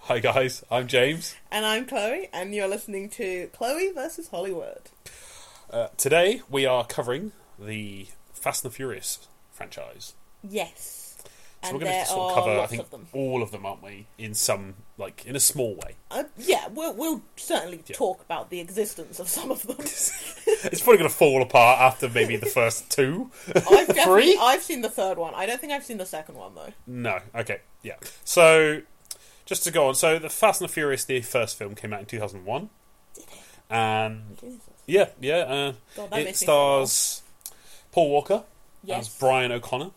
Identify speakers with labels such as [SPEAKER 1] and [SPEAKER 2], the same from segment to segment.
[SPEAKER 1] Hi guys, I'm James.
[SPEAKER 2] And I'm Chloe, and you're listening to Chloe versus Hollywood.
[SPEAKER 1] Uh, today we are covering the Fast and the Furious franchise.
[SPEAKER 2] Yes.
[SPEAKER 1] So
[SPEAKER 2] and
[SPEAKER 1] we're going
[SPEAKER 2] there
[SPEAKER 1] to sort
[SPEAKER 2] are
[SPEAKER 1] of cover, I
[SPEAKER 2] lots
[SPEAKER 1] think,
[SPEAKER 2] of them.
[SPEAKER 1] all of them, aren't we? In some, like, in a small way.
[SPEAKER 2] Uh, yeah, we'll, we'll certainly
[SPEAKER 1] Yeah.
[SPEAKER 2] talk about the existence of some of them.
[SPEAKER 1] It's probably going to fall apart after maybe the first two.
[SPEAKER 2] I've definitely,
[SPEAKER 1] Three?
[SPEAKER 2] I've seen the third one. I don't think I've seen the second one though.
[SPEAKER 1] No. Okay. Yeah. So, just to go on. So, the Fast and the Furious, the first film, came out in two thousand one, and
[SPEAKER 2] Jesus.
[SPEAKER 1] yeah, yeah, uh,
[SPEAKER 2] God, that
[SPEAKER 1] it
[SPEAKER 2] makes me feel old.
[SPEAKER 1] stars Paul Walker as
[SPEAKER 2] Yes.
[SPEAKER 1] Brian O'Connor,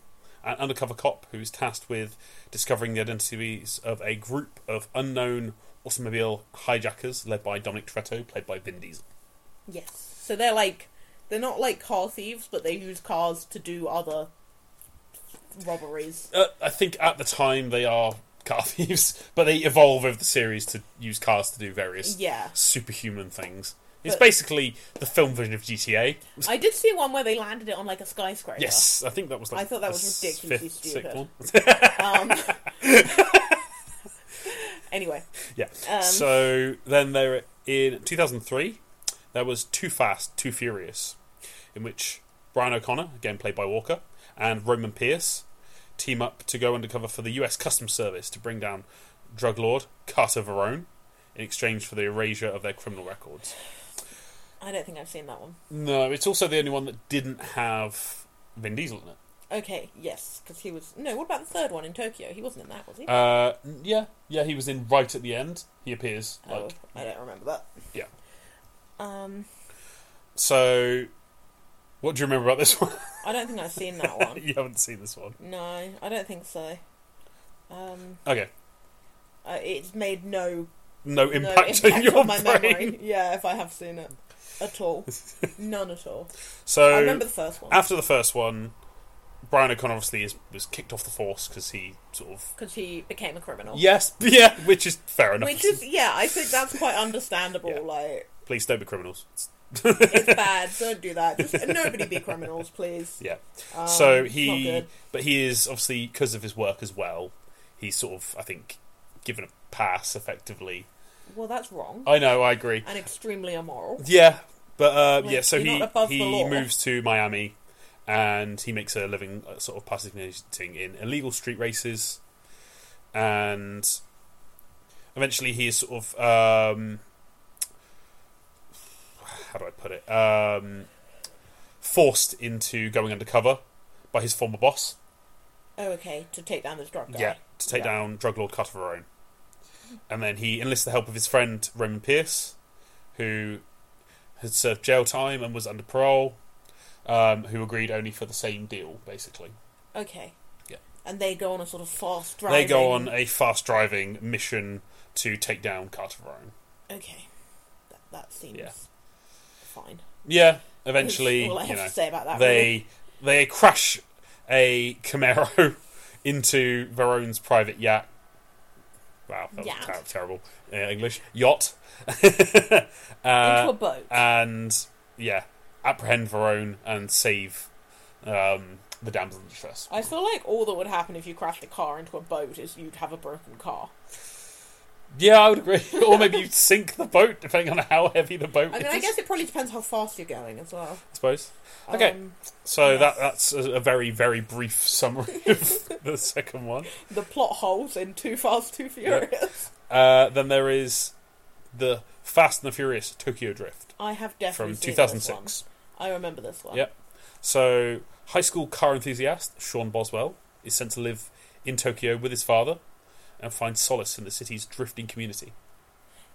[SPEAKER 1] an undercover cop who's tasked with discovering the identities of a group of unknown automobile hijackers led by Dominic Toretto, played by Vin Diesel.
[SPEAKER 2] Yes. So they're like, they're not like car thieves, but they use cars to do other robberies.
[SPEAKER 1] Uh, I think at the time they are car thieves, but they evolve over the series to use cars to do various
[SPEAKER 2] Yeah.
[SPEAKER 1] superhuman things. It's
[SPEAKER 2] But-
[SPEAKER 1] basically the film version of GTA.
[SPEAKER 2] I did see one where they landed it on like a skyscraper.
[SPEAKER 1] Yes, I think that was like
[SPEAKER 2] I thought that
[SPEAKER 1] the
[SPEAKER 2] was ridiculously
[SPEAKER 1] fifth, sixth
[SPEAKER 2] stupid.
[SPEAKER 1] one.
[SPEAKER 2] Um, anyway,
[SPEAKER 1] yeah.
[SPEAKER 2] Um.
[SPEAKER 1] so then there in 2003 there was Too Fast, Too Furious, in which Brian O'Connor, again played by Walker, and Roman Pierce team up to go undercover for the US Customs Service to bring down drug lord Carter Verone in exchange for the erasure of their criminal records.
[SPEAKER 2] I don't think I've seen that one.
[SPEAKER 1] No, it's also the only one that didn't have Vin Diesel in it.
[SPEAKER 2] Okay, yes, because he was. No, what about the third one in Tokyo? He wasn't in that, was he?
[SPEAKER 1] Uh, n- yeah, yeah, he was in right at the end. He appears
[SPEAKER 2] oh,
[SPEAKER 1] like
[SPEAKER 2] I don't remember that.
[SPEAKER 1] yeah.
[SPEAKER 2] Um,
[SPEAKER 1] So, what do you remember about this one?
[SPEAKER 2] I don't think I've seen that one.
[SPEAKER 1] you haven't seen this one.
[SPEAKER 2] no, I don't think so. Um,
[SPEAKER 1] Okay,
[SPEAKER 2] I, it's made no
[SPEAKER 1] no impact,
[SPEAKER 2] no
[SPEAKER 1] on
[SPEAKER 2] impact
[SPEAKER 1] Oh, your
[SPEAKER 2] on my
[SPEAKER 1] brain.
[SPEAKER 2] memory. Yeah, if I have seen it at all, none at all. I
[SPEAKER 1] So uh,
[SPEAKER 2] remember the first one
[SPEAKER 1] after the first one, Brian O'Connor obviously is, was kicked off the force because he sort of
[SPEAKER 2] because he became a criminal.
[SPEAKER 1] yes, yeah, which is fair enough.
[SPEAKER 2] Oh. Which is yeah, I think that's quite understandable.
[SPEAKER 1] Yeah.
[SPEAKER 2] Like
[SPEAKER 1] Please don't be criminals.
[SPEAKER 2] it's bad, don't do that. Just nobody be criminals, please.
[SPEAKER 1] Yeah.
[SPEAKER 2] Um,
[SPEAKER 1] so
[SPEAKER 2] it's not
[SPEAKER 1] he,
[SPEAKER 2] good.
[SPEAKER 1] but he is obviously because of his work as well. He's sort of, I think, given a pass effectively.
[SPEAKER 2] Well, that's wrong
[SPEAKER 1] I know, I agree.
[SPEAKER 2] and extremely immoral.
[SPEAKER 1] Yeah, but uh,
[SPEAKER 2] Like,
[SPEAKER 1] yeah, so
[SPEAKER 2] you're
[SPEAKER 1] he
[SPEAKER 2] not above the
[SPEAKER 1] he
[SPEAKER 2] law.
[SPEAKER 1] moves to Miami, and he makes a living uh, sort of participating in illegal street races, and eventually he is sort of um, how do I put it um, forced into going undercover by his former boss,
[SPEAKER 2] Oh, okay, to take down this drug guy.
[SPEAKER 1] yeah, to take
[SPEAKER 2] Yeah.
[SPEAKER 1] down drug lord Carter Verone. And then he enlists the help of his friend Roman Pierce, who had served jail time and was under parole, um, who agreed only for the same deal, basically.
[SPEAKER 2] Okay.
[SPEAKER 1] Yeah.
[SPEAKER 2] And they go on a sort of fast driving.
[SPEAKER 1] They go on a fast driving mission to take down Carter Verone.
[SPEAKER 2] Okay. That, that seems
[SPEAKER 1] Yeah.
[SPEAKER 2] fine.
[SPEAKER 1] Yeah, eventually,
[SPEAKER 2] That's all I
[SPEAKER 1] you
[SPEAKER 2] have
[SPEAKER 1] know,
[SPEAKER 2] to say about that. really.
[SPEAKER 1] they they crash a Camaro into Verone's private yacht. Wow, that was
[SPEAKER 2] Yacht.
[SPEAKER 1] ter- terrible uh, English yacht.
[SPEAKER 2] into
[SPEAKER 1] uh,
[SPEAKER 2] a boat.
[SPEAKER 1] and yeah, apprehend Verone and save um, the damsel in distress.
[SPEAKER 2] I feel like all that would happen if you crashed a car into a boat is you'd have a broken car.
[SPEAKER 1] Yeah, I would agree. or maybe you sink the boat, depending on how heavy the boat
[SPEAKER 2] I mean,
[SPEAKER 1] is.
[SPEAKER 2] I guess it probably depends how fast you're going as well.
[SPEAKER 1] I suppose. Okay,
[SPEAKER 2] Um,
[SPEAKER 1] so
[SPEAKER 2] yes.
[SPEAKER 1] that that's a, a very very brief summary of the second one.
[SPEAKER 2] the plot holes in Too Fast, Too Furious.
[SPEAKER 1] Uh, then there is the Fast and the Furious Tokyo Drift
[SPEAKER 2] I have definitely
[SPEAKER 1] from
[SPEAKER 2] seen
[SPEAKER 1] 2006.
[SPEAKER 2] This one. I remember this one.
[SPEAKER 1] Yep. So, high school car enthusiast Sean Boswell is sent to live in Tokyo with his father and find solace in the city's drifting community.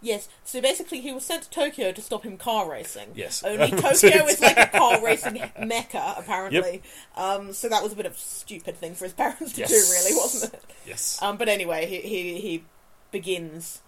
[SPEAKER 2] Yes. So basically, he was sent to Tokyo to stop him car racing.
[SPEAKER 1] Yes.
[SPEAKER 2] Only Tokyo is like a car racing mecca, apparently. Um, so that was a bit of a stupid thing for his parents to do,
[SPEAKER 1] Yes.
[SPEAKER 2] really, wasn't it?
[SPEAKER 1] Yes.
[SPEAKER 2] Um, but anyway, he, he he begins.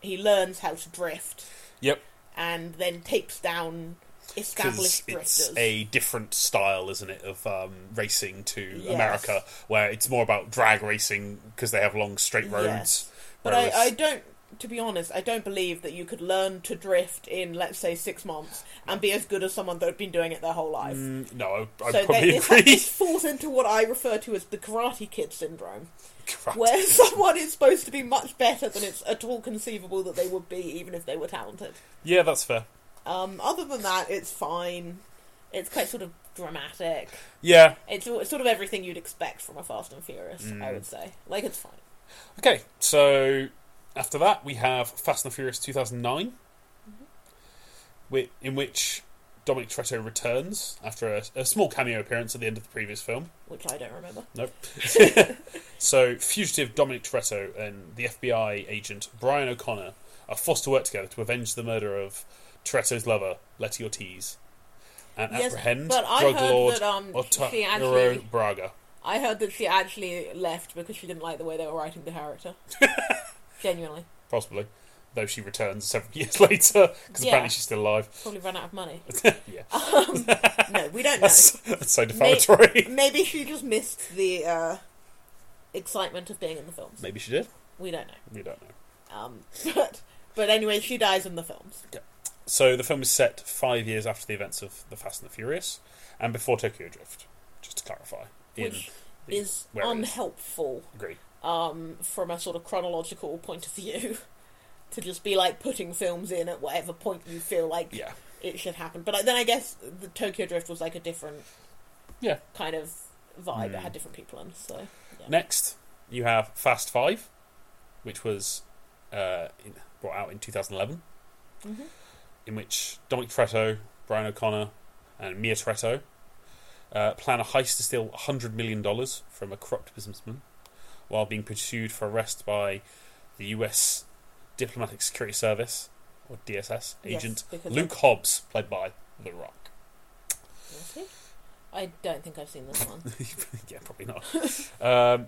[SPEAKER 2] He learns how to drift,
[SPEAKER 1] yep.
[SPEAKER 2] and then takes down
[SPEAKER 1] Because
[SPEAKER 2] established
[SPEAKER 1] it's
[SPEAKER 2] drifters.
[SPEAKER 1] a different style, isn't it, of um, racing to
[SPEAKER 2] Yes.
[SPEAKER 1] America, where it's more about drag racing because they have long straight roads.
[SPEAKER 2] Yes. But I,
[SPEAKER 1] whereas-
[SPEAKER 2] I don't to be honest, I don't believe that you could learn to drift in, let's say, six months and be as good as someone that had been doing it their whole life.
[SPEAKER 1] Mm, no, I, I
[SPEAKER 2] so
[SPEAKER 1] probably
[SPEAKER 2] this,
[SPEAKER 1] agree.
[SPEAKER 2] this falls into what I refer to as the Karate Kid syndrome,
[SPEAKER 1] Crap.
[SPEAKER 2] where someone is supposed to be much better than it's at all conceivable that they would be, even if they were talented.
[SPEAKER 1] Yeah, that's fair.
[SPEAKER 2] Um, other than that, it's fine. It's quite sort of dramatic.
[SPEAKER 1] Yeah.
[SPEAKER 2] It's, it's sort of everything you'd expect from a Fast and Furious, I
[SPEAKER 1] Mm.
[SPEAKER 2] would say. Like, it's fine.
[SPEAKER 1] Okay, so after that we have Fast and the Furious 2009,
[SPEAKER 2] Mm-hmm.
[SPEAKER 1] whi- in which Dominic Toretto returns after a, a small cameo appearance at the end of the previous film.
[SPEAKER 2] Which I don't remember.
[SPEAKER 1] Nope. so, fugitive Dominic Toretto and the FBI agent Brian O'Connor are forced to work together to avenge the murder of Toretto's lover, Letty Ortiz, and
[SPEAKER 2] Yes,
[SPEAKER 1] apprehend
[SPEAKER 2] but I
[SPEAKER 1] drug
[SPEAKER 2] heard
[SPEAKER 1] lord
[SPEAKER 2] that, um, she
[SPEAKER 1] Otairo
[SPEAKER 2] actually-
[SPEAKER 1] Braga.
[SPEAKER 2] I heard that she actually left because she didn't like the way they were writing the character. Genuinely.
[SPEAKER 1] Possibly. Though she returns several years later, because
[SPEAKER 2] Yeah.
[SPEAKER 1] apparently she's still alive.
[SPEAKER 2] Probably ran out of money.
[SPEAKER 1] yeah,
[SPEAKER 2] Um, no, we don't know.
[SPEAKER 1] that's, that's so defamatory.
[SPEAKER 2] Maybe she just missed the uh, excitement of being in the films.
[SPEAKER 1] Maybe she did.
[SPEAKER 2] We don't know.
[SPEAKER 1] We don't know.
[SPEAKER 2] Um, but, but anyway, she dies in the films.
[SPEAKER 1] So the film is set five years after the events of The Fast and the Furious, and before Tokyo Drift. Just to clarify, in
[SPEAKER 2] Which
[SPEAKER 1] the-
[SPEAKER 2] is
[SPEAKER 1] where it is.
[SPEAKER 2] unhelpful
[SPEAKER 1] agree.
[SPEAKER 2] um, from a sort of chronological point of view. To just be like putting films in at whatever point you feel like
[SPEAKER 1] Yeah,
[SPEAKER 2] it should happen. But like, then I guess the Tokyo Drift was like a different,
[SPEAKER 1] Yeah.
[SPEAKER 2] kind of vibe.
[SPEAKER 1] Mm.
[SPEAKER 2] It had different people in. So Yeah.
[SPEAKER 1] Next, you have Fast Five, which was uh, in, brought out in 2011,
[SPEAKER 2] Mhm.
[SPEAKER 1] in which Dominic Toretto, Brian O'Connor, and Mia Toretto uh, plan a heist to steal $100 million from a corrupt businessman while being pursued for arrest by the US Diplomatic Security Service, or DSS,
[SPEAKER 2] Yes,
[SPEAKER 1] agent
[SPEAKER 2] because
[SPEAKER 1] Luke Hobbs, played by The Rock.
[SPEAKER 2] I, was here. I don't think I've seen this one.
[SPEAKER 1] yeah, probably not. um,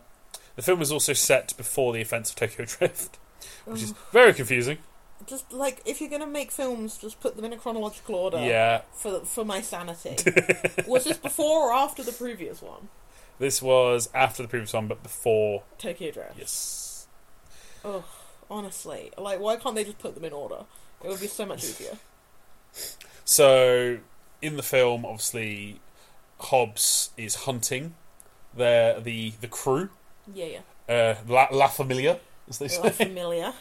[SPEAKER 1] the film was also set before the offence of Tokyo Drift, which is very confusing.
[SPEAKER 2] just like if you're gonna make films, just put them in a chronological order.
[SPEAKER 1] Yeah,
[SPEAKER 2] For for my sanity, was this before or after the previous one,
[SPEAKER 1] this was after the previous one, but before.
[SPEAKER 2] Tokyo Drift?
[SPEAKER 1] Yes.
[SPEAKER 2] Oh, honestly, like why can't they just put them in order? It would be so much easier.
[SPEAKER 1] So, in the film, obviously, Hobbs is hunting their, the the crew,
[SPEAKER 2] Yeah, yeah.
[SPEAKER 1] uh, La, La Familia, as they
[SPEAKER 2] They're
[SPEAKER 1] say.
[SPEAKER 2] all familiar.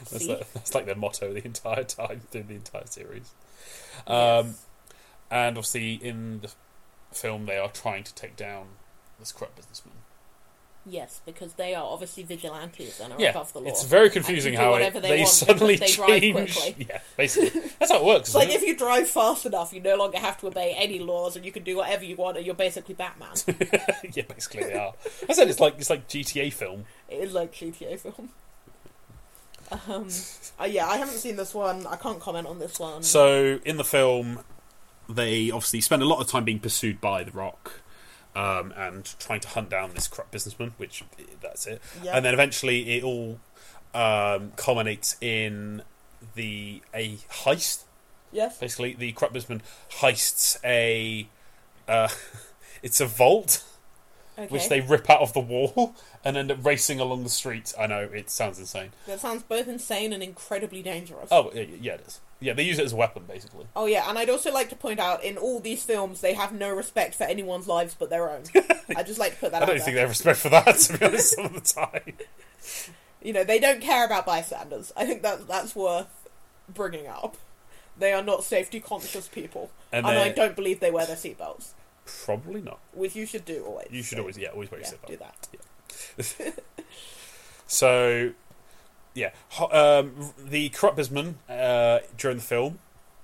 [SPEAKER 1] That's,
[SPEAKER 2] Oh, See?
[SPEAKER 1] like, that's like their motto the entire time through the entire series. Um,
[SPEAKER 2] Yes.
[SPEAKER 1] And obviously, in the film, they are trying to take down this corrupt businessman.
[SPEAKER 2] Yes, because they are obviously vigilantes and are
[SPEAKER 1] Yeah,
[SPEAKER 2] above the law.
[SPEAKER 1] It's very confusing
[SPEAKER 2] do
[SPEAKER 1] how it,
[SPEAKER 2] whatever
[SPEAKER 1] they,
[SPEAKER 2] they want
[SPEAKER 1] suddenly
[SPEAKER 2] because they drive
[SPEAKER 1] change.
[SPEAKER 2] quickly.
[SPEAKER 1] yeah, basically, that's how it works.
[SPEAKER 2] It's like
[SPEAKER 1] isn't
[SPEAKER 2] if you drive fast enough, you no longer have to obey any laws, and you can do whatever you want, and you're basically Batman.
[SPEAKER 1] it? yeah, basically they are. I said it's like it's like GTA film.
[SPEAKER 2] it is like GTA film. Um, uh, yeah, I haven't seen this one. I can't comment on this one.
[SPEAKER 1] So in the film, they obviously spend a lot of time being pursued by the Rock. Um, and trying to hunt down this corrupt businessman, which eh, that's it.
[SPEAKER 2] yeah,
[SPEAKER 1] And then eventually it all um, culminates in the a heist
[SPEAKER 2] yes,
[SPEAKER 1] basically the corrupt businessman heists a uh, it's a vault
[SPEAKER 2] okay.
[SPEAKER 1] which they rip out of the wall and end up racing along the street i know it sounds insane
[SPEAKER 2] That sounds both insane and incredibly dangerous.
[SPEAKER 1] oh yeah, yeah it is yeah they use it as a weapon basically
[SPEAKER 2] Oh, yeah, and I'd also like to point out in all these films they have no respect for anyone's lives but their own. I'd just like to put
[SPEAKER 1] i
[SPEAKER 2] that out
[SPEAKER 1] don't
[SPEAKER 2] there.
[SPEAKER 1] think they have respect for that to be honest some of the time
[SPEAKER 2] you know they don't care about bystanders. I think that that's worth bringing up. They are not safety conscious people,
[SPEAKER 1] And
[SPEAKER 2] and,
[SPEAKER 1] they-
[SPEAKER 2] I don't believe they wear their seatbelts,
[SPEAKER 1] probably not
[SPEAKER 2] which you should do always.
[SPEAKER 1] you should
[SPEAKER 2] So,
[SPEAKER 1] always yeah always wear
[SPEAKER 2] yeah,
[SPEAKER 1] your seatbelt
[SPEAKER 2] do that.
[SPEAKER 1] So, yeah, ho- um, the corrupt businessman uh, during the film,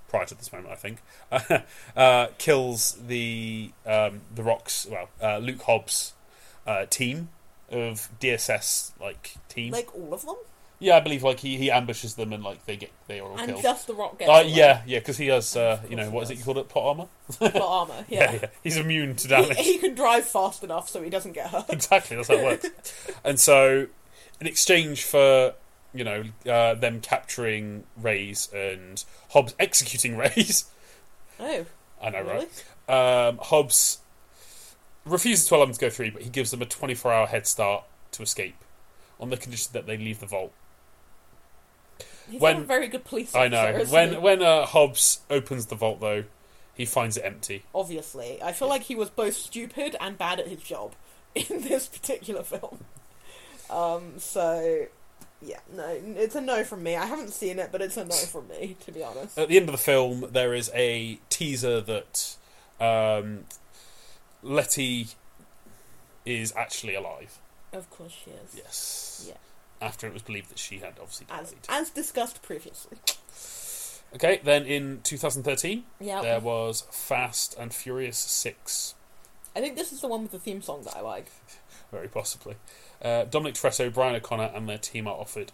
[SPEAKER 1] prior to this moment, I think, uh, kills the um, the rocks. Well, uh, Luke Hobbs' uh, team of DSS like team.
[SPEAKER 2] Like all of them,
[SPEAKER 1] yeah, I believe like he, he ambushes them and like they get they are all
[SPEAKER 2] and
[SPEAKER 1] killed.
[SPEAKER 2] just the rock gets
[SPEAKER 1] uh,
[SPEAKER 2] away.
[SPEAKER 1] yeah, yeah, because he has uh,
[SPEAKER 2] Of
[SPEAKER 1] you know
[SPEAKER 2] course
[SPEAKER 1] what is
[SPEAKER 2] he
[SPEAKER 1] it you called it plot armor?
[SPEAKER 2] got armor. Yeah,
[SPEAKER 1] he's immune to damage.
[SPEAKER 2] He, he can drive fast enough so he doesn't get hurt.
[SPEAKER 1] exactly that's how it works and so in exchange for you know uh, them capturing rays and hobbs executing rays
[SPEAKER 2] Oh,
[SPEAKER 1] i know
[SPEAKER 2] really?
[SPEAKER 1] right um, hobbs refuses to allow them to go through but he gives them a 24 hour head start to escape on the condition that they leave the vault
[SPEAKER 2] He's
[SPEAKER 1] When-
[SPEAKER 2] not a very good police
[SPEAKER 1] I
[SPEAKER 2] officer.
[SPEAKER 1] know.
[SPEAKER 2] isn't he?
[SPEAKER 1] When when uh, Hobbs opens the vault, though, he finds it empty.
[SPEAKER 2] obviously, I feel like he was both stupid and bad at his job in this particular film. Um, so yeah, no, it's a no from me. I haven't seen it, but it's a no from me, to be honest.
[SPEAKER 1] At the end of the film, there is a teaser that um, Letty is actually alive.
[SPEAKER 2] Of course, she is.
[SPEAKER 1] Yes.
[SPEAKER 2] Yeah.
[SPEAKER 1] After it was believed that she had obviously died.
[SPEAKER 2] As as discussed previously.
[SPEAKER 1] Okay, then in 2013,
[SPEAKER 2] Yeah,
[SPEAKER 1] there was Fast and Furious 6,
[SPEAKER 2] I think this is the one with the theme song that I like.
[SPEAKER 1] very possibly. Uh, Dominic Toretto, Brian O'Connor, and their team are offered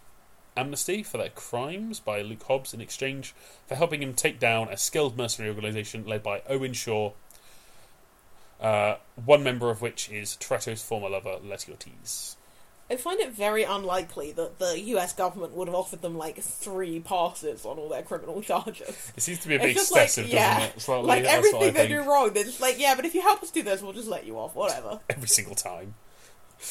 [SPEAKER 1] amnesty for their crimes by Luke Hobbs in exchange for helping him take down a skilled mercenary organisation led by Owen Shaw, uh, one member of which is Toretto's former lover, Letty Ortiz.
[SPEAKER 2] I find it very unlikely that the U.S. government would have offered them like three passes on all their criminal charges.
[SPEAKER 1] It seems to be a
[SPEAKER 2] It's
[SPEAKER 1] bit
[SPEAKER 2] just like,
[SPEAKER 1] excessive,
[SPEAKER 2] yeah,
[SPEAKER 1] doesn't it? Slightly,
[SPEAKER 2] like
[SPEAKER 1] that's what I
[SPEAKER 2] everything they
[SPEAKER 1] think.
[SPEAKER 2] do wrong, they're just like, yeah, but if you help us do this, we'll just let you off. Whatever.
[SPEAKER 1] Every single time.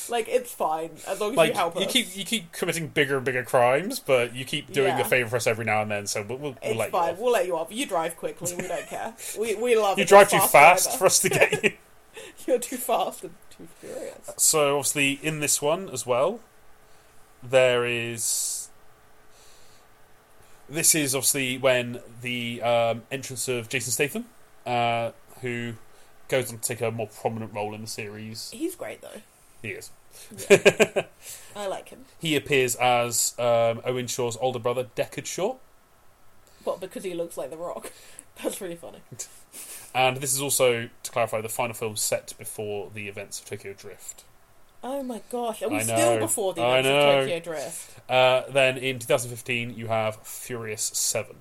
[SPEAKER 2] Like it's fine as long as you
[SPEAKER 1] like
[SPEAKER 2] help us.
[SPEAKER 1] you keep you keep committing bigger and bigger crimes, but you keep doing
[SPEAKER 2] Yeah.
[SPEAKER 1] a favor for us every now and then. So we'll, we'll, we'll
[SPEAKER 2] it's
[SPEAKER 1] let you.
[SPEAKER 2] fine.
[SPEAKER 1] off.
[SPEAKER 2] We'll let you off. You drive quickly. We don't care. We we love
[SPEAKER 1] You
[SPEAKER 2] it.
[SPEAKER 1] drive too
[SPEAKER 2] You're
[SPEAKER 1] fast
[SPEAKER 2] driver.
[SPEAKER 1] for us to get you.
[SPEAKER 2] You're too fast and too furious.
[SPEAKER 1] so obviously, in this one as well, there is. This is obviously when the um, entrance of Jason Statham, uh, who goes on to take a more prominent role in the series.
[SPEAKER 2] He's great though.
[SPEAKER 1] He is.
[SPEAKER 2] I like him.
[SPEAKER 1] He appears as um, Owen Shaw's older brother, Deckard Shaw.
[SPEAKER 2] But because he looks like The Rock, that's really funny.
[SPEAKER 1] And this is also, to clarify, the final film set before the events of Tokyo Drift.
[SPEAKER 2] Oh my gosh! Are we
[SPEAKER 1] I
[SPEAKER 2] still
[SPEAKER 1] know.
[SPEAKER 2] before the
[SPEAKER 1] I
[SPEAKER 2] events
[SPEAKER 1] know.
[SPEAKER 2] of Tokyo Drift?
[SPEAKER 1] Uh, then in 2015, you have Furious 7,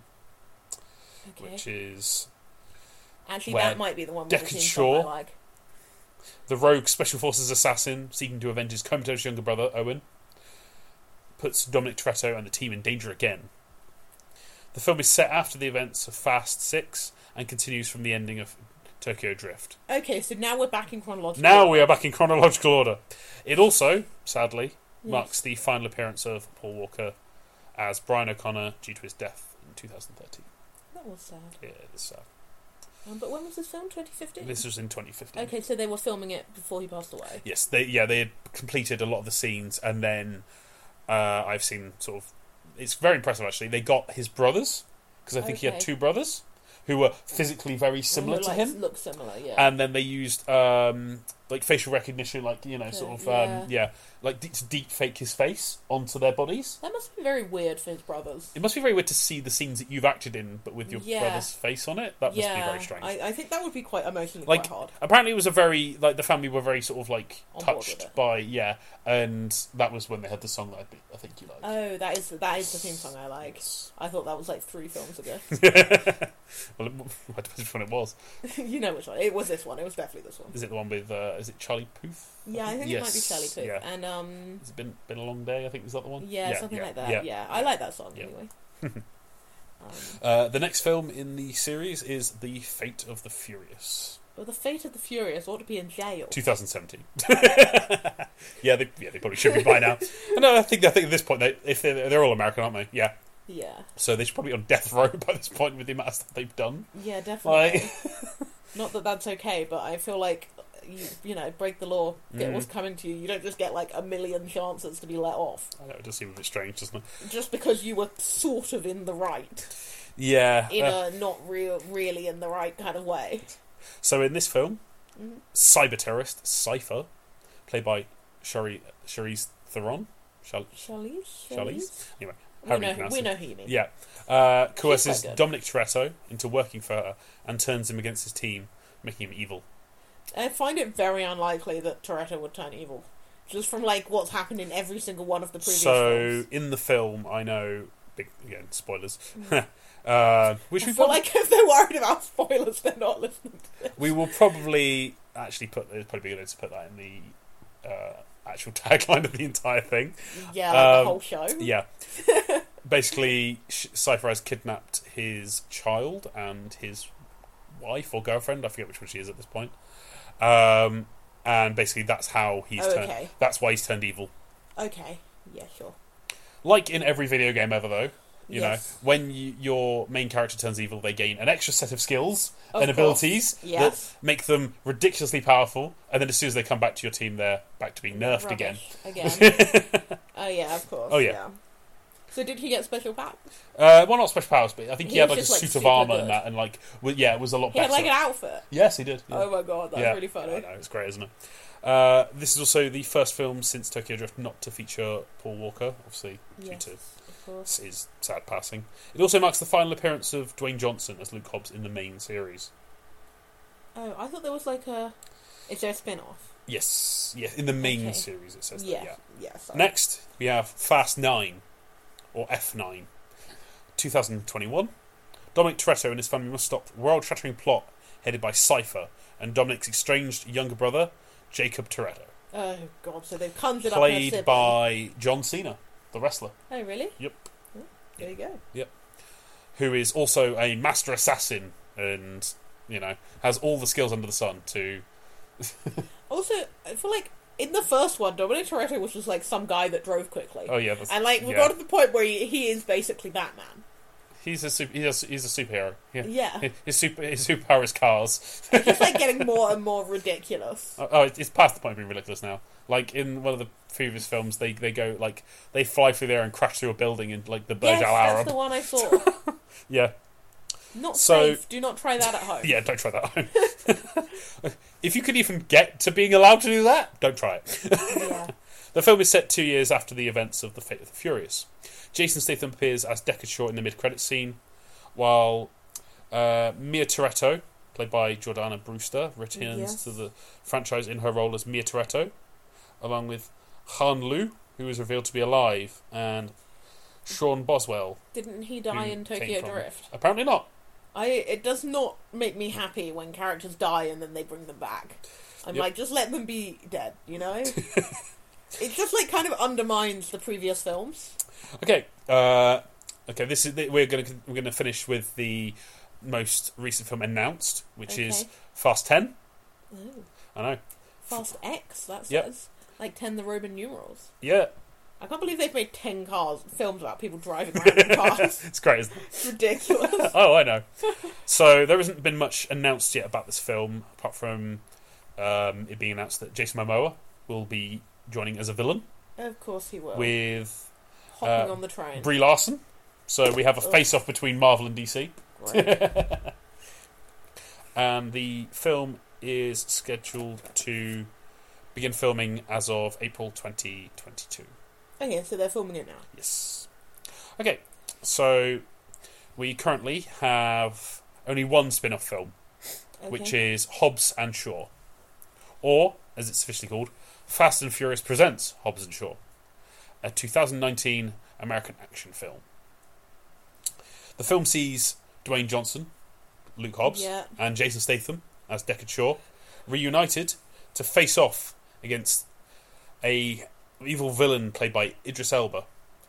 [SPEAKER 2] Okay.
[SPEAKER 1] which is
[SPEAKER 2] Actually,
[SPEAKER 1] where
[SPEAKER 2] that might be the one with the
[SPEAKER 1] Deckard
[SPEAKER 2] theme
[SPEAKER 1] Shaw-
[SPEAKER 2] song I like.
[SPEAKER 1] the rogue special forces assassin seeking to avenge his comatose younger brother, Owen, puts Dominic Toretto and the team in danger again. The film is set after the events of Fast 6 and continues from the ending of Tokyo Drift.
[SPEAKER 2] Okay, so now we're back in chronological.
[SPEAKER 1] Now
[SPEAKER 2] order.
[SPEAKER 1] we are back in chronological order. It also, sadly,
[SPEAKER 2] Yes.
[SPEAKER 1] marks the final appearance of Paul Walker as Brian O'Connor due to his death in 2013.
[SPEAKER 2] that was sad.
[SPEAKER 1] Yeah, it is sad.
[SPEAKER 2] Um, but when was this film? Twenty fifteen.
[SPEAKER 1] This was in 2015.
[SPEAKER 2] Okay, so they were filming it before he passed away.
[SPEAKER 1] Yes, they yeah they had completed a lot of the scenes, and then uh, I've seen sort of it's very impressive actually. They got his brothers because I think he had
[SPEAKER 2] Okay.
[SPEAKER 1] two brothers who were physically very similar
[SPEAKER 2] They,
[SPEAKER 1] to
[SPEAKER 2] like,
[SPEAKER 1] him, Uh,
[SPEAKER 2] Look similar, yeah.
[SPEAKER 1] and then they used um, like facial recognition, like you know, sort of
[SPEAKER 2] Yeah.
[SPEAKER 1] um, yeah, like deep, to deep fake his face onto their bodies.
[SPEAKER 2] that must be very weird for his brothers.
[SPEAKER 1] It must be very weird to see the scenes that you've acted in, but with your
[SPEAKER 2] Yeah.
[SPEAKER 1] brother's face on it. That must
[SPEAKER 2] yeah,
[SPEAKER 1] be very strange.
[SPEAKER 2] I, I think that would be quite emotionally
[SPEAKER 1] Like-
[SPEAKER 2] quite hard.
[SPEAKER 1] Apparently, it was a very like the family were very sort of like
[SPEAKER 2] On board with
[SPEAKER 1] touched
[SPEAKER 2] it.
[SPEAKER 1] by yeah, and that was when they had the song that I, be, I think you like.
[SPEAKER 2] Oh, that is that is the theme song I like. I thought that was like three films ago.
[SPEAKER 1] well, it, I don't know which one it was.
[SPEAKER 2] you know which one? It was this one. It was definitely this one.
[SPEAKER 1] Is it the one with uh, is it Charlie Puth?
[SPEAKER 2] Yeah, I think
[SPEAKER 1] Yes,
[SPEAKER 2] it might be Sally Cook.
[SPEAKER 1] yeah.
[SPEAKER 2] And um,
[SPEAKER 1] Has it been been a long day? I think was that the one?
[SPEAKER 2] yeah, something like that. Yeah. I like that song
[SPEAKER 1] Yeah.
[SPEAKER 2] anyway. um,
[SPEAKER 1] Uh, the next film in the series is The Fate of the Furious,
[SPEAKER 2] well, the fate of the Furious ought to be in jail.
[SPEAKER 1] 2017. yeah, they, yeah, they probably should be by now. no, I think I think at this point they if they're, they're all American, aren't they? Yeah,
[SPEAKER 2] Yeah,
[SPEAKER 1] so they're probably on death row by this point with the amount of stuff they've done.
[SPEAKER 2] yeah, definitely.
[SPEAKER 1] Like.
[SPEAKER 2] Not that that's okay, but I feel like you, you know, break the law, get
[SPEAKER 1] Mm.
[SPEAKER 2] what's coming to you. You don't just get like a million chances to be let off
[SPEAKER 1] I know, it does seem a bit strange, doesn't it?
[SPEAKER 2] just because you were sort of in the right.
[SPEAKER 1] Yeah.
[SPEAKER 2] in
[SPEAKER 1] uh,
[SPEAKER 2] a not real, really in the right kind of way.
[SPEAKER 1] so in this film,
[SPEAKER 2] Mhm.
[SPEAKER 1] cyber terrorist Cipher, played by Shari Charisse Theron, Shall,
[SPEAKER 2] Charlize,
[SPEAKER 1] Charlize? Anyway,
[SPEAKER 2] we
[SPEAKER 1] how do you
[SPEAKER 2] know,
[SPEAKER 1] pronounce
[SPEAKER 2] we
[SPEAKER 1] it?
[SPEAKER 2] know who you mean.
[SPEAKER 1] yeah, uh, coerces
[SPEAKER 2] good.
[SPEAKER 1] Dominic Toretto into working for her and turns him against his team, making him evil.
[SPEAKER 2] I find it very unlikely that Toretto would turn evil, just from like what's happened in every single one of the previous
[SPEAKER 1] So
[SPEAKER 2] films.
[SPEAKER 1] in the film, I know. Big again, spoilers. uh, which
[SPEAKER 2] Mm. I
[SPEAKER 1] we
[SPEAKER 2] feel
[SPEAKER 1] probably,
[SPEAKER 2] like if they're worried about spoilers, they're not listening.
[SPEAKER 1] we will probably actually put. It's probably good to put that in the uh, actual tagline of the entire thing.
[SPEAKER 2] Yeah, like
[SPEAKER 1] Um,
[SPEAKER 2] the whole show.
[SPEAKER 1] Yeah. Basically, Sh- Cypher has kidnapped his child and his wife or girlfriend. I forget which one she is at this point. Um, and basically, that's how he's
[SPEAKER 2] Oh,
[SPEAKER 1] turned.
[SPEAKER 2] okay.
[SPEAKER 1] That's why he's turned evil.
[SPEAKER 2] Okay. Yeah, sure.
[SPEAKER 1] Like in every video game ever, though, You
[SPEAKER 2] Yes.
[SPEAKER 1] know, when you, your main character turns evil, they gain an extra set of skills
[SPEAKER 2] Of
[SPEAKER 1] and
[SPEAKER 2] course.
[SPEAKER 1] abilities
[SPEAKER 2] Yes.
[SPEAKER 1] that make them ridiculously powerful. And then as soon as they come back to your team, they're back to being nerfed again.
[SPEAKER 2] Rubbish. Again. oh yeah, of course.
[SPEAKER 1] Oh, yeah.
[SPEAKER 2] So did he get special powers?
[SPEAKER 1] Uh, well, not special powers, but I think he,
[SPEAKER 2] He
[SPEAKER 1] had like
[SPEAKER 2] was
[SPEAKER 1] a
[SPEAKER 2] just, like,
[SPEAKER 1] suit of
[SPEAKER 2] super
[SPEAKER 1] armor
[SPEAKER 2] good.
[SPEAKER 1] and that, and like, well, yeah, it was a lot
[SPEAKER 2] He
[SPEAKER 1] better.
[SPEAKER 2] had like an outfit.
[SPEAKER 1] yes, he did. yeah.
[SPEAKER 2] Oh my god, that's
[SPEAKER 1] Yeah.
[SPEAKER 2] really
[SPEAKER 1] I
[SPEAKER 2] funny.
[SPEAKER 1] know, it's great, isn't it? Uh, this is also the first film since Tokyo Drift not to feature Paul Walker, obviously, due
[SPEAKER 2] Yes,
[SPEAKER 1] to
[SPEAKER 2] of course.
[SPEAKER 1] s- his sad passing. It also marks the final appearance of Dwayne Johnson as Luke Hobbs in the main series.
[SPEAKER 2] Oh, I thought there was like a. Is there a spin off?
[SPEAKER 1] Yes, yeah, in the main
[SPEAKER 2] Okay.
[SPEAKER 1] series it says
[SPEAKER 2] Yeah.
[SPEAKER 1] that, yeah.
[SPEAKER 2] Yeah, sorry.
[SPEAKER 1] Next, we have Fast 9, or F9, 2021. Dominic Toretto and his family must stop a world shattering plot headed by Cypher and Dominic's estranged younger brother, Jacob Toretto,
[SPEAKER 2] Oh god, so they've conjured up her
[SPEAKER 1] played
[SPEAKER 2] sibling.
[SPEAKER 1] by John Cena, the wrestler,
[SPEAKER 2] Oh really?
[SPEAKER 1] Yep.
[SPEAKER 2] Oh, There you go.
[SPEAKER 1] who is also a master assassin and, you know, has all the skills under the sun to.
[SPEAKER 2] Also, I feel like in the first one, Dominic Toretto was just like some guy that drove quickly,
[SPEAKER 1] Oh, yeah, that's,
[SPEAKER 2] and like we
[SPEAKER 1] yeah.
[SPEAKER 2] got to the point where he, he is basically Batman.
[SPEAKER 1] he's, a super, he's, a, he's a superhero. Yeah.
[SPEAKER 2] Yeah,
[SPEAKER 1] His, super, his superpower is cars.
[SPEAKER 2] just like getting more and more ridiculous.
[SPEAKER 1] Oh, Oh, it's it's past the point of being ridiculous now. Like in one of the previous films, they, they go like they fly through there and crash through a building in like the Burj
[SPEAKER 2] yes,
[SPEAKER 1] Al Arab.
[SPEAKER 2] that's the one I saw.
[SPEAKER 1] Yeah,
[SPEAKER 2] Not
[SPEAKER 1] So-
[SPEAKER 2] safe. Do not try that at home.
[SPEAKER 1] yeah. Don't try that. at home. if you could even get to being allowed to do that, don't try it.
[SPEAKER 2] yeah.
[SPEAKER 1] The film is set two years after the events of the Fate of the Furious. Jason Statham appears as Deckard Short in the mid-credits scene, while uh, Mia Toretto, played by Jordana Brewster, returns
[SPEAKER 2] Yes.
[SPEAKER 1] to the franchise in her role as Mia Toretto, along with Han Lu, who is revealed to be alive, and Sean Boswell.
[SPEAKER 2] Didn't he die
[SPEAKER 1] Who
[SPEAKER 2] in
[SPEAKER 1] came
[SPEAKER 2] Tokyo
[SPEAKER 1] from-
[SPEAKER 2] Drift?
[SPEAKER 1] Apparently not.
[SPEAKER 2] I it does not make me happy when characters die and then they bring them back. I'm
[SPEAKER 1] Yep.
[SPEAKER 2] like, just let them be dead, you know. it just like kind of undermines the previous films.
[SPEAKER 1] Okay. Uh, okay. This is we're going to we're going to finish with the most recent film announced, which is
[SPEAKER 2] Okay.
[SPEAKER 1] Fast Ten.
[SPEAKER 2] Oh,
[SPEAKER 1] I know.
[SPEAKER 2] Fast X, that
[SPEAKER 1] Yep.
[SPEAKER 2] says like ten the Roman numerals.
[SPEAKER 1] Yeah,
[SPEAKER 2] I can't believe they've made ten cars films about people driving around in cars.
[SPEAKER 1] it's great. Isn't it?
[SPEAKER 2] It's ridiculous.
[SPEAKER 1] oh, I know. So there hasn't been much announced yet about this film, apart from um, it being announced that Jason Momoa will be joining as a villain
[SPEAKER 2] of course he will.
[SPEAKER 1] with
[SPEAKER 2] Hopping
[SPEAKER 1] uh,
[SPEAKER 2] on the train.
[SPEAKER 1] Brie Larson. So we have a
[SPEAKER 2] Ugh.
[SPEAKER 1] face-off between Marvel and DC,
[SPEAKER 2] Great.
[SPEAKER 1] and the film is scheduled to begin filming as of April 2022.
[SPEAKER 2] okay, so they're filming it now.
[SPEAKER 1] Yes. Okay, so we currently have only one spin-off film.
[SPEAKER 2] Okay.
[SPEAKER 1] which is Hobbs and Shaw, or as it's officially called, Fast and Furious presents Hobbs and Shaw, a 2019 American action film. The film sees Dwayne Johnson, Luke Hobbs,
[SPEAKER 2] Yeah.
[SPEAKER 1] and Jason Statham as Deckard Shaw reunited to face off against a evil villain played by Idris Elba.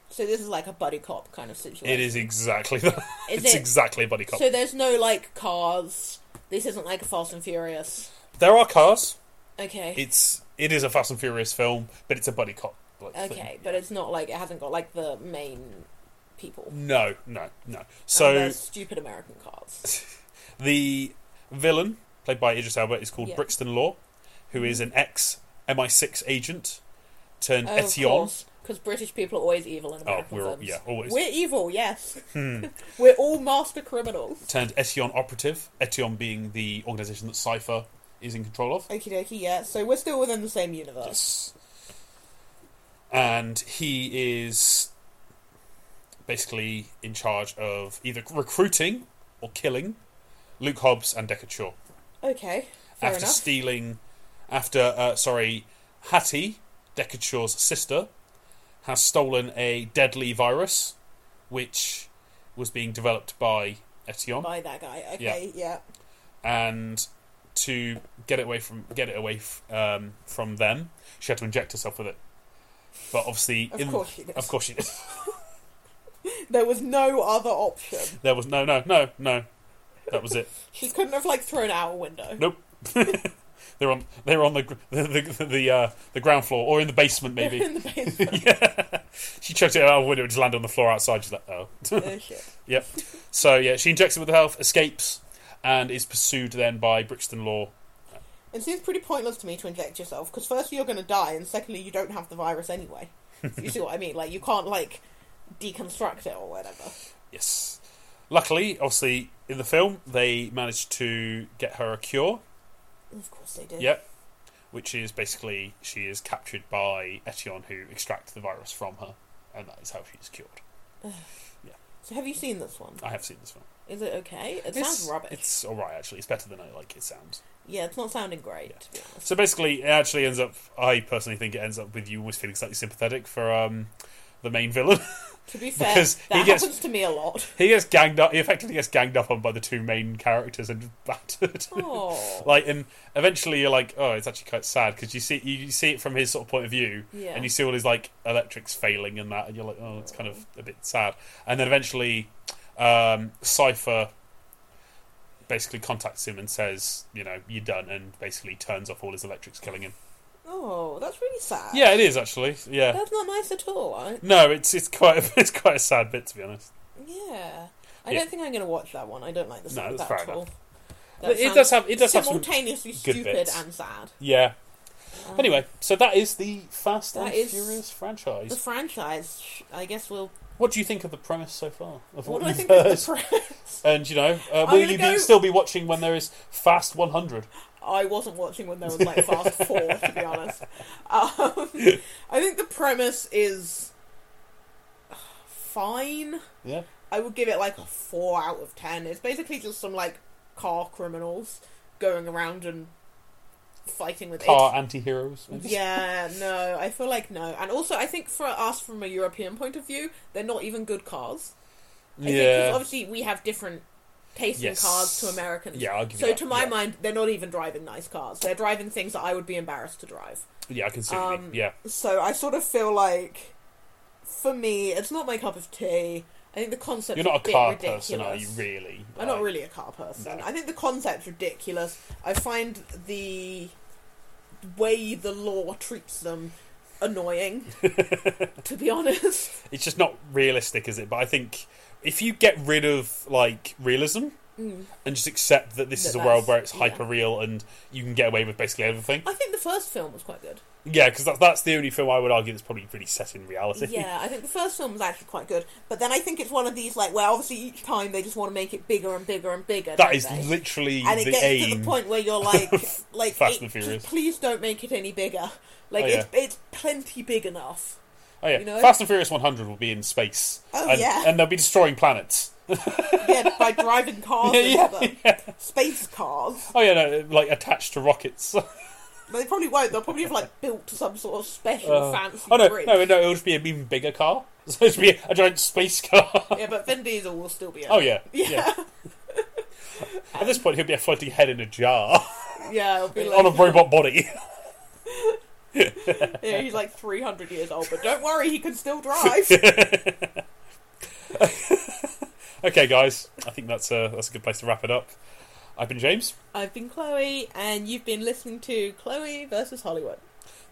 [SPEAKER 2] so this is like a buddy cop kind of situation.
[SPEAKER 1] It is exactly that.
[SPEAKER 2] Is
[SPEAKER 1] it's
[SPEAKER 2] it-
[SPEAKER 1] exactly a buddy cop.
[SPEAKER 2] So there's no like cars. This isn't like a Fast and Furious.
[SPEAKER 1] there are cars.
[SPEAKER 2] Okay.
[SPEAKER 1] It's it is a Fast and Furious film, but it's a buddy cop. Like, thing.
[SPEAKER 2] okay, but it's not like it hasn't got like the main people.
[SPEAKER 1] No, no, no.
[SPEAKER 2] And
[SPEAKER 1] So
[SPEAKER 2] they're stupid American cars.
[SPEAKER 1] the villain, played by Idris Elba, is called
[SPEAKER 2] Yeah. Mm-hmm.
[SPEAKER 1] Brixton Law, who is an ex MI6 agent turned
[SPEAKER 2] Oh,
[SPEAKER 1] Etion. Oh,
[SPEAKER 2] because British people are always evil in American
[SPEAKER 1] we're all-
[SPEAKER 2] films.
[SPEAKER 1] yeah, always. Hmm.
[SPEAKER 2] We're evil. Yes, we're all master criminals.
[SPEAKER 1] Turned Etion operative. Etion being the organisation that Cipher is in control of.
[SPEAKER 2] Okie dokie. Yeah. So we're still within the same
[SPEAKER 1] Yes.
[SPEAKER 2] universe.
[SPEAKER 1] And he is basically in charge of either recruiting or killing Luke Hobbs and Deckard Shaw.
[SPEAKER 2] Okay. Fair
[SPEAKER 1] after
[SPEAKER 2] enough.
[SPEAKER 1] stealing, after uh, sorry, Hattie Deckard Shaw's sister has stolen a deadly virus, which was being developed by Etion,
[SPEAKER 2] By that guy. Okay. Yeah.
[SPEAKER 1] and to get it away from get it away f- um, from them, she had to inject herself with it. But obviously,
[SPEAKER 2] Of
[SPEAKER 1] in-
[SPEAKER 2] course she did.
[SPEAKER 1] of course she did.
[SPEAKER 2] There was no other option.
[SPEAKER 1] There was no, no, no, no. That was it.
[SPEAKER 2] She couldn't have like thrown it out a window.
[SPEAKER 1] Nope. They're on they're on the gr- the the, the, uh, the ground floor or in the basement maybe.
[SPEAKER 2] in the basement.
[SPEAKER 1] yeah. She chucked it out of the window and just landed on the floor outside. She's like, oh.
[SPEAKER 2] oh shit.
[SPEAKER 1] Yep. So yeah, she injects him with the health, escapes, and is pursued then by Brixton Law.
[SPEAKER 2] It seems pretty pointless to me to inject yourself because firstly you're going to die, and secondly you don't have the virus anyway. you see what I mean? Like you can't like deconstruct it or whatever.
[SPEAKER 1] Yes. Luckily, obviously, in the film, they managed to get her a cure.
[SPEAKER 2] Of course they do.
[SPEAKER 1] Yep. Which is basically she is captured by Etion, who extracts the virus from her, and that is how she's cured.
[SPEAKER 2] So have you seen this one?
[SPEAKER 1] I have seen this film.
[SPEAKER 2] Is it okay? It
[SPEAKER 1] It's-
[SPEAKER 2] sounds rubbish.
[SPEAKER 1] It's all right, actually. It's better than I like it sounds.
[SPEAKER 2] Yeah, it's not sounding great.
[SPEAKER 1] Yeah.
[SPEAKER 2] To be honest.
[SPEAKER 1] So basically, it actually ends up. I personally think it ends up with you almost feeling slightly sympathetic for um, the main villain.
[SPEAKER 2] To be fair,
[SPEAKER 1] Because he
[SPEAKER 2] that
[SPEAKER 1] gets-
[SPEAKER 2] happens to me a lot.
[SPEAKER 1] he gets ganged up. He effectively gets ganged up on by the two main characters and battered.
[SPEAKER 2] Oh,
[SPEAKER 1] like and eventually you're like oh it's actually quite sad because you see you, you see it from his sort of point of view
[SPEAKER 2] Yeah.
[SPEAKER 1] and you see all his like electrics failing and that and you're like oh it's kind of a bit sad and then eventually um, cypher basically contacts him and says you know you're done and basically turns off all his electrics killing him
[SPEAKER 2] oh, that's really sad.
[SPEAKER 1] yeah it is actually yeah
[SPEAKER 2] that's not nice at all. I,
[SPEAKER 1] no it's it's quite a, it's quite a sad bit to be honest
[SPEAKER 2] yeah, I
[SPEAKER 1] Yeah.
[SPEAKER 2] don't think I'm going to watch that one. I don't like the
[SPEAKER 1] No,
[SPEAKER 2] sound of
[SPEAKER 1] that's
[SPEAKER 2] that
[SPEAKER 1] fair
[SPEAKER 2] at all. That
[SPEAKER 1] But it
[SPEAKER 2] sounds
[SPEAKER 1] does have it does have some
[SPEAKER 2] simultaneously
[SPEAKER 1] good
[SPEAKER 2] stupid
[SPEAKER 1] bits.
[SPEAKER 2] and sad.
[SPEAKER 1] yeah
[SPEAKER 2] Um,
[SPEAKER 1] anyway so that is the Fast
[SPEAKER 2] That
[SPEAKER 1] and
[SPEAKER 2] is-
[SPEAKER 1] Furious
[SPEAKER 2] the
[SPEAKER 1] franchise
[SPEAKER 2] franchise. sh- I guess we'll.
[SPEAKER 1] what do you think of the premise so far of
[SPEAKER 2] What do I
[SPEAKER 1] you've
[SPEAKER 2] think of
[SPEAKER 1] heard?
[SPEAKER 2] the premise?
[SPEAKER 1] And you know, uh,
[SPEAKER 2] I'm
[SPEAKER 1] will
[SPEAKER 2] gonna
[SPEAKER 1] you
[SPEAKER 2] go-
[SPEAKER 1] be, still be watching when there is Fast 100?
[SPEAKER 2] I wasn't watching when there was like Fast Four, to be honest. Um, I think the premise is fine.
[SPEAKER 1] Yeah,
[SPEAKER 2] I would give it like a four out of ten. It's basically just some like car criminals going around and fighting with
[SPEAKER 1] car anti-heroes.
[SPEAKER 2] it.
[SPEAKER 1] maybe?
[SPEAKER 2] Yeah, no, I feel like no. And also, I think for us from a European point of view, they're not even good cars. I think 'cause
[SPEAKER 1] yeah,
[SPEAKER 2] obviously, we have different taste
[SPEAKER 1] Yes.
[SPEAKER 2] in cars to Americans.
[SPEAKER 1] yeah. I'll give
[SPEAKER 2] So
[SPEAKER 1] you that.
[SPEAKER 2] to my
[SPEAKER 1] yeah.
[SPEAKER 2] mind, they're not even driving nice cars. They're driving things that I would be embarrassed to drive.
[SPEAKER 1] yeah, I can see. what you mean.
[SPEAKER 2] um,
[SPEAKER 1] yeah,
[SPEAKER 2] So I sort of feel like, for me, it's not my cup of tea. I think the concept.
[SPEAKER 1] you're not a
[SPEAKER 2] bit
[SPEAKER 1] car
[SPEAKER 2] ridiculous.
[SPEAKER 1] person, are you? Really?
[SPEAKER 2] I'm not really a car person.
[SPEAKER 1] No.
[SPEAKER 2] I think the concept's ridiculous. I find the way the law treats them annoying. to be honest,
[SPEAKER 1] It's just not realistic, is it? But I think if you get rid of like realism
[SPEAKER 2] Mm.
[SPEAKER 1] and just accept that this
[SPEAKER 2] That
[SPEAKER 1] is a
[SPEAKER 2] that's-
[SPEAKER 1] world where it's
[SPEAKER 2] yeah.
[SPEAKER 1] hyper real and you can get away with basically everything.
[SPEAKER 2] I think the first film was quite good.
[SPEAKER 1] Yeah, because that, that's the only film I would argue that's probably really set in reality.
[SPEAKER 2] Yeah, I think the first film was actually quite good, but then I think it's one of these like where obviously each time they just want to make it bigger and bigger and bigger.
[SPEAKER 1] that
[SPEAKER 2] don't
[SPEAKER 1] is
[SPEAKER 2] they?
[SPEAKER 1] literally
[SPEAKER 2] and it
[SPEAKER 1] the
[SPEAKER 2] gets
[SPEAKER 1] aim.
[SPEAKER 2] to the point where you're like, like,
[SPEAKER 1] Fast
[SPEAKER 2] it-
[SPEAKER 1] and
[SPEAKER 2] just
[SPEAKER 1] Furious.
[SPEAKER 2] please don't make it any bigger. Like
[SPEAKER 1] Oh,
[SPEAKER 2] it's it's plenty big enough.
[SPEAKER 1] oh yeah,
[SPEAKER 2] you know?
[SPEAKER 1] Fast and Furious 100 will be in space.
[SPEAKER 2] Oh,
[SPEAKER 1] and,
[SPEAKER 2] yeah.
[SPEAKER 1] and they'll be destroying planets.
[SPEAKER 2] Yeah, by driving cars
[SPEAKER 1] Yeah,
[SPEAKER 2] into
[SPEAKER 1] yeah,
[SPEAKER 2] them. space cars.
[SPEAKER 1] Oh yeah, no, like attached to rockets.
[SPEAKER 2] They probably won't. They'll probably have like built some sort of special
[SPEAKER 1] Uh,
[SPEAKER 2] fancy
[SPEAKER 1] oh no,
[SPEAKER 2] bridge.
[SPEAKER 1] no, no, it'll just be an even bigger car. So it'll be a giant space car.
[SPEAKER 2] Yeah, but Vin Diesel will still be. In
[SPEAKER 1] Oh
[SPEAKER 2] it.
[SPEAKER 1] yeah, yeah.
[SPEAKER 2] yeah,
[SPEAKER 1] At this point, he'll be a floating head in a jar
[SPEAKER 2] yeah. It'll be like,
[SPEAKER 1] on a robot body.
[SPEAKER 2] yeah, he's like three hundred years old, but don't worry, he can still drive.
[SPEAKER 1] Okay, guys, I think that's a that's a good place to wrap it up. I've been James.
[SPEAKER 2] I've been Chloe, and you've been listening to Chloe versus Hollywood.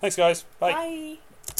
[SPEAKER 1] Thanks, guys. Bye.
[SPEAKER 2] Bye.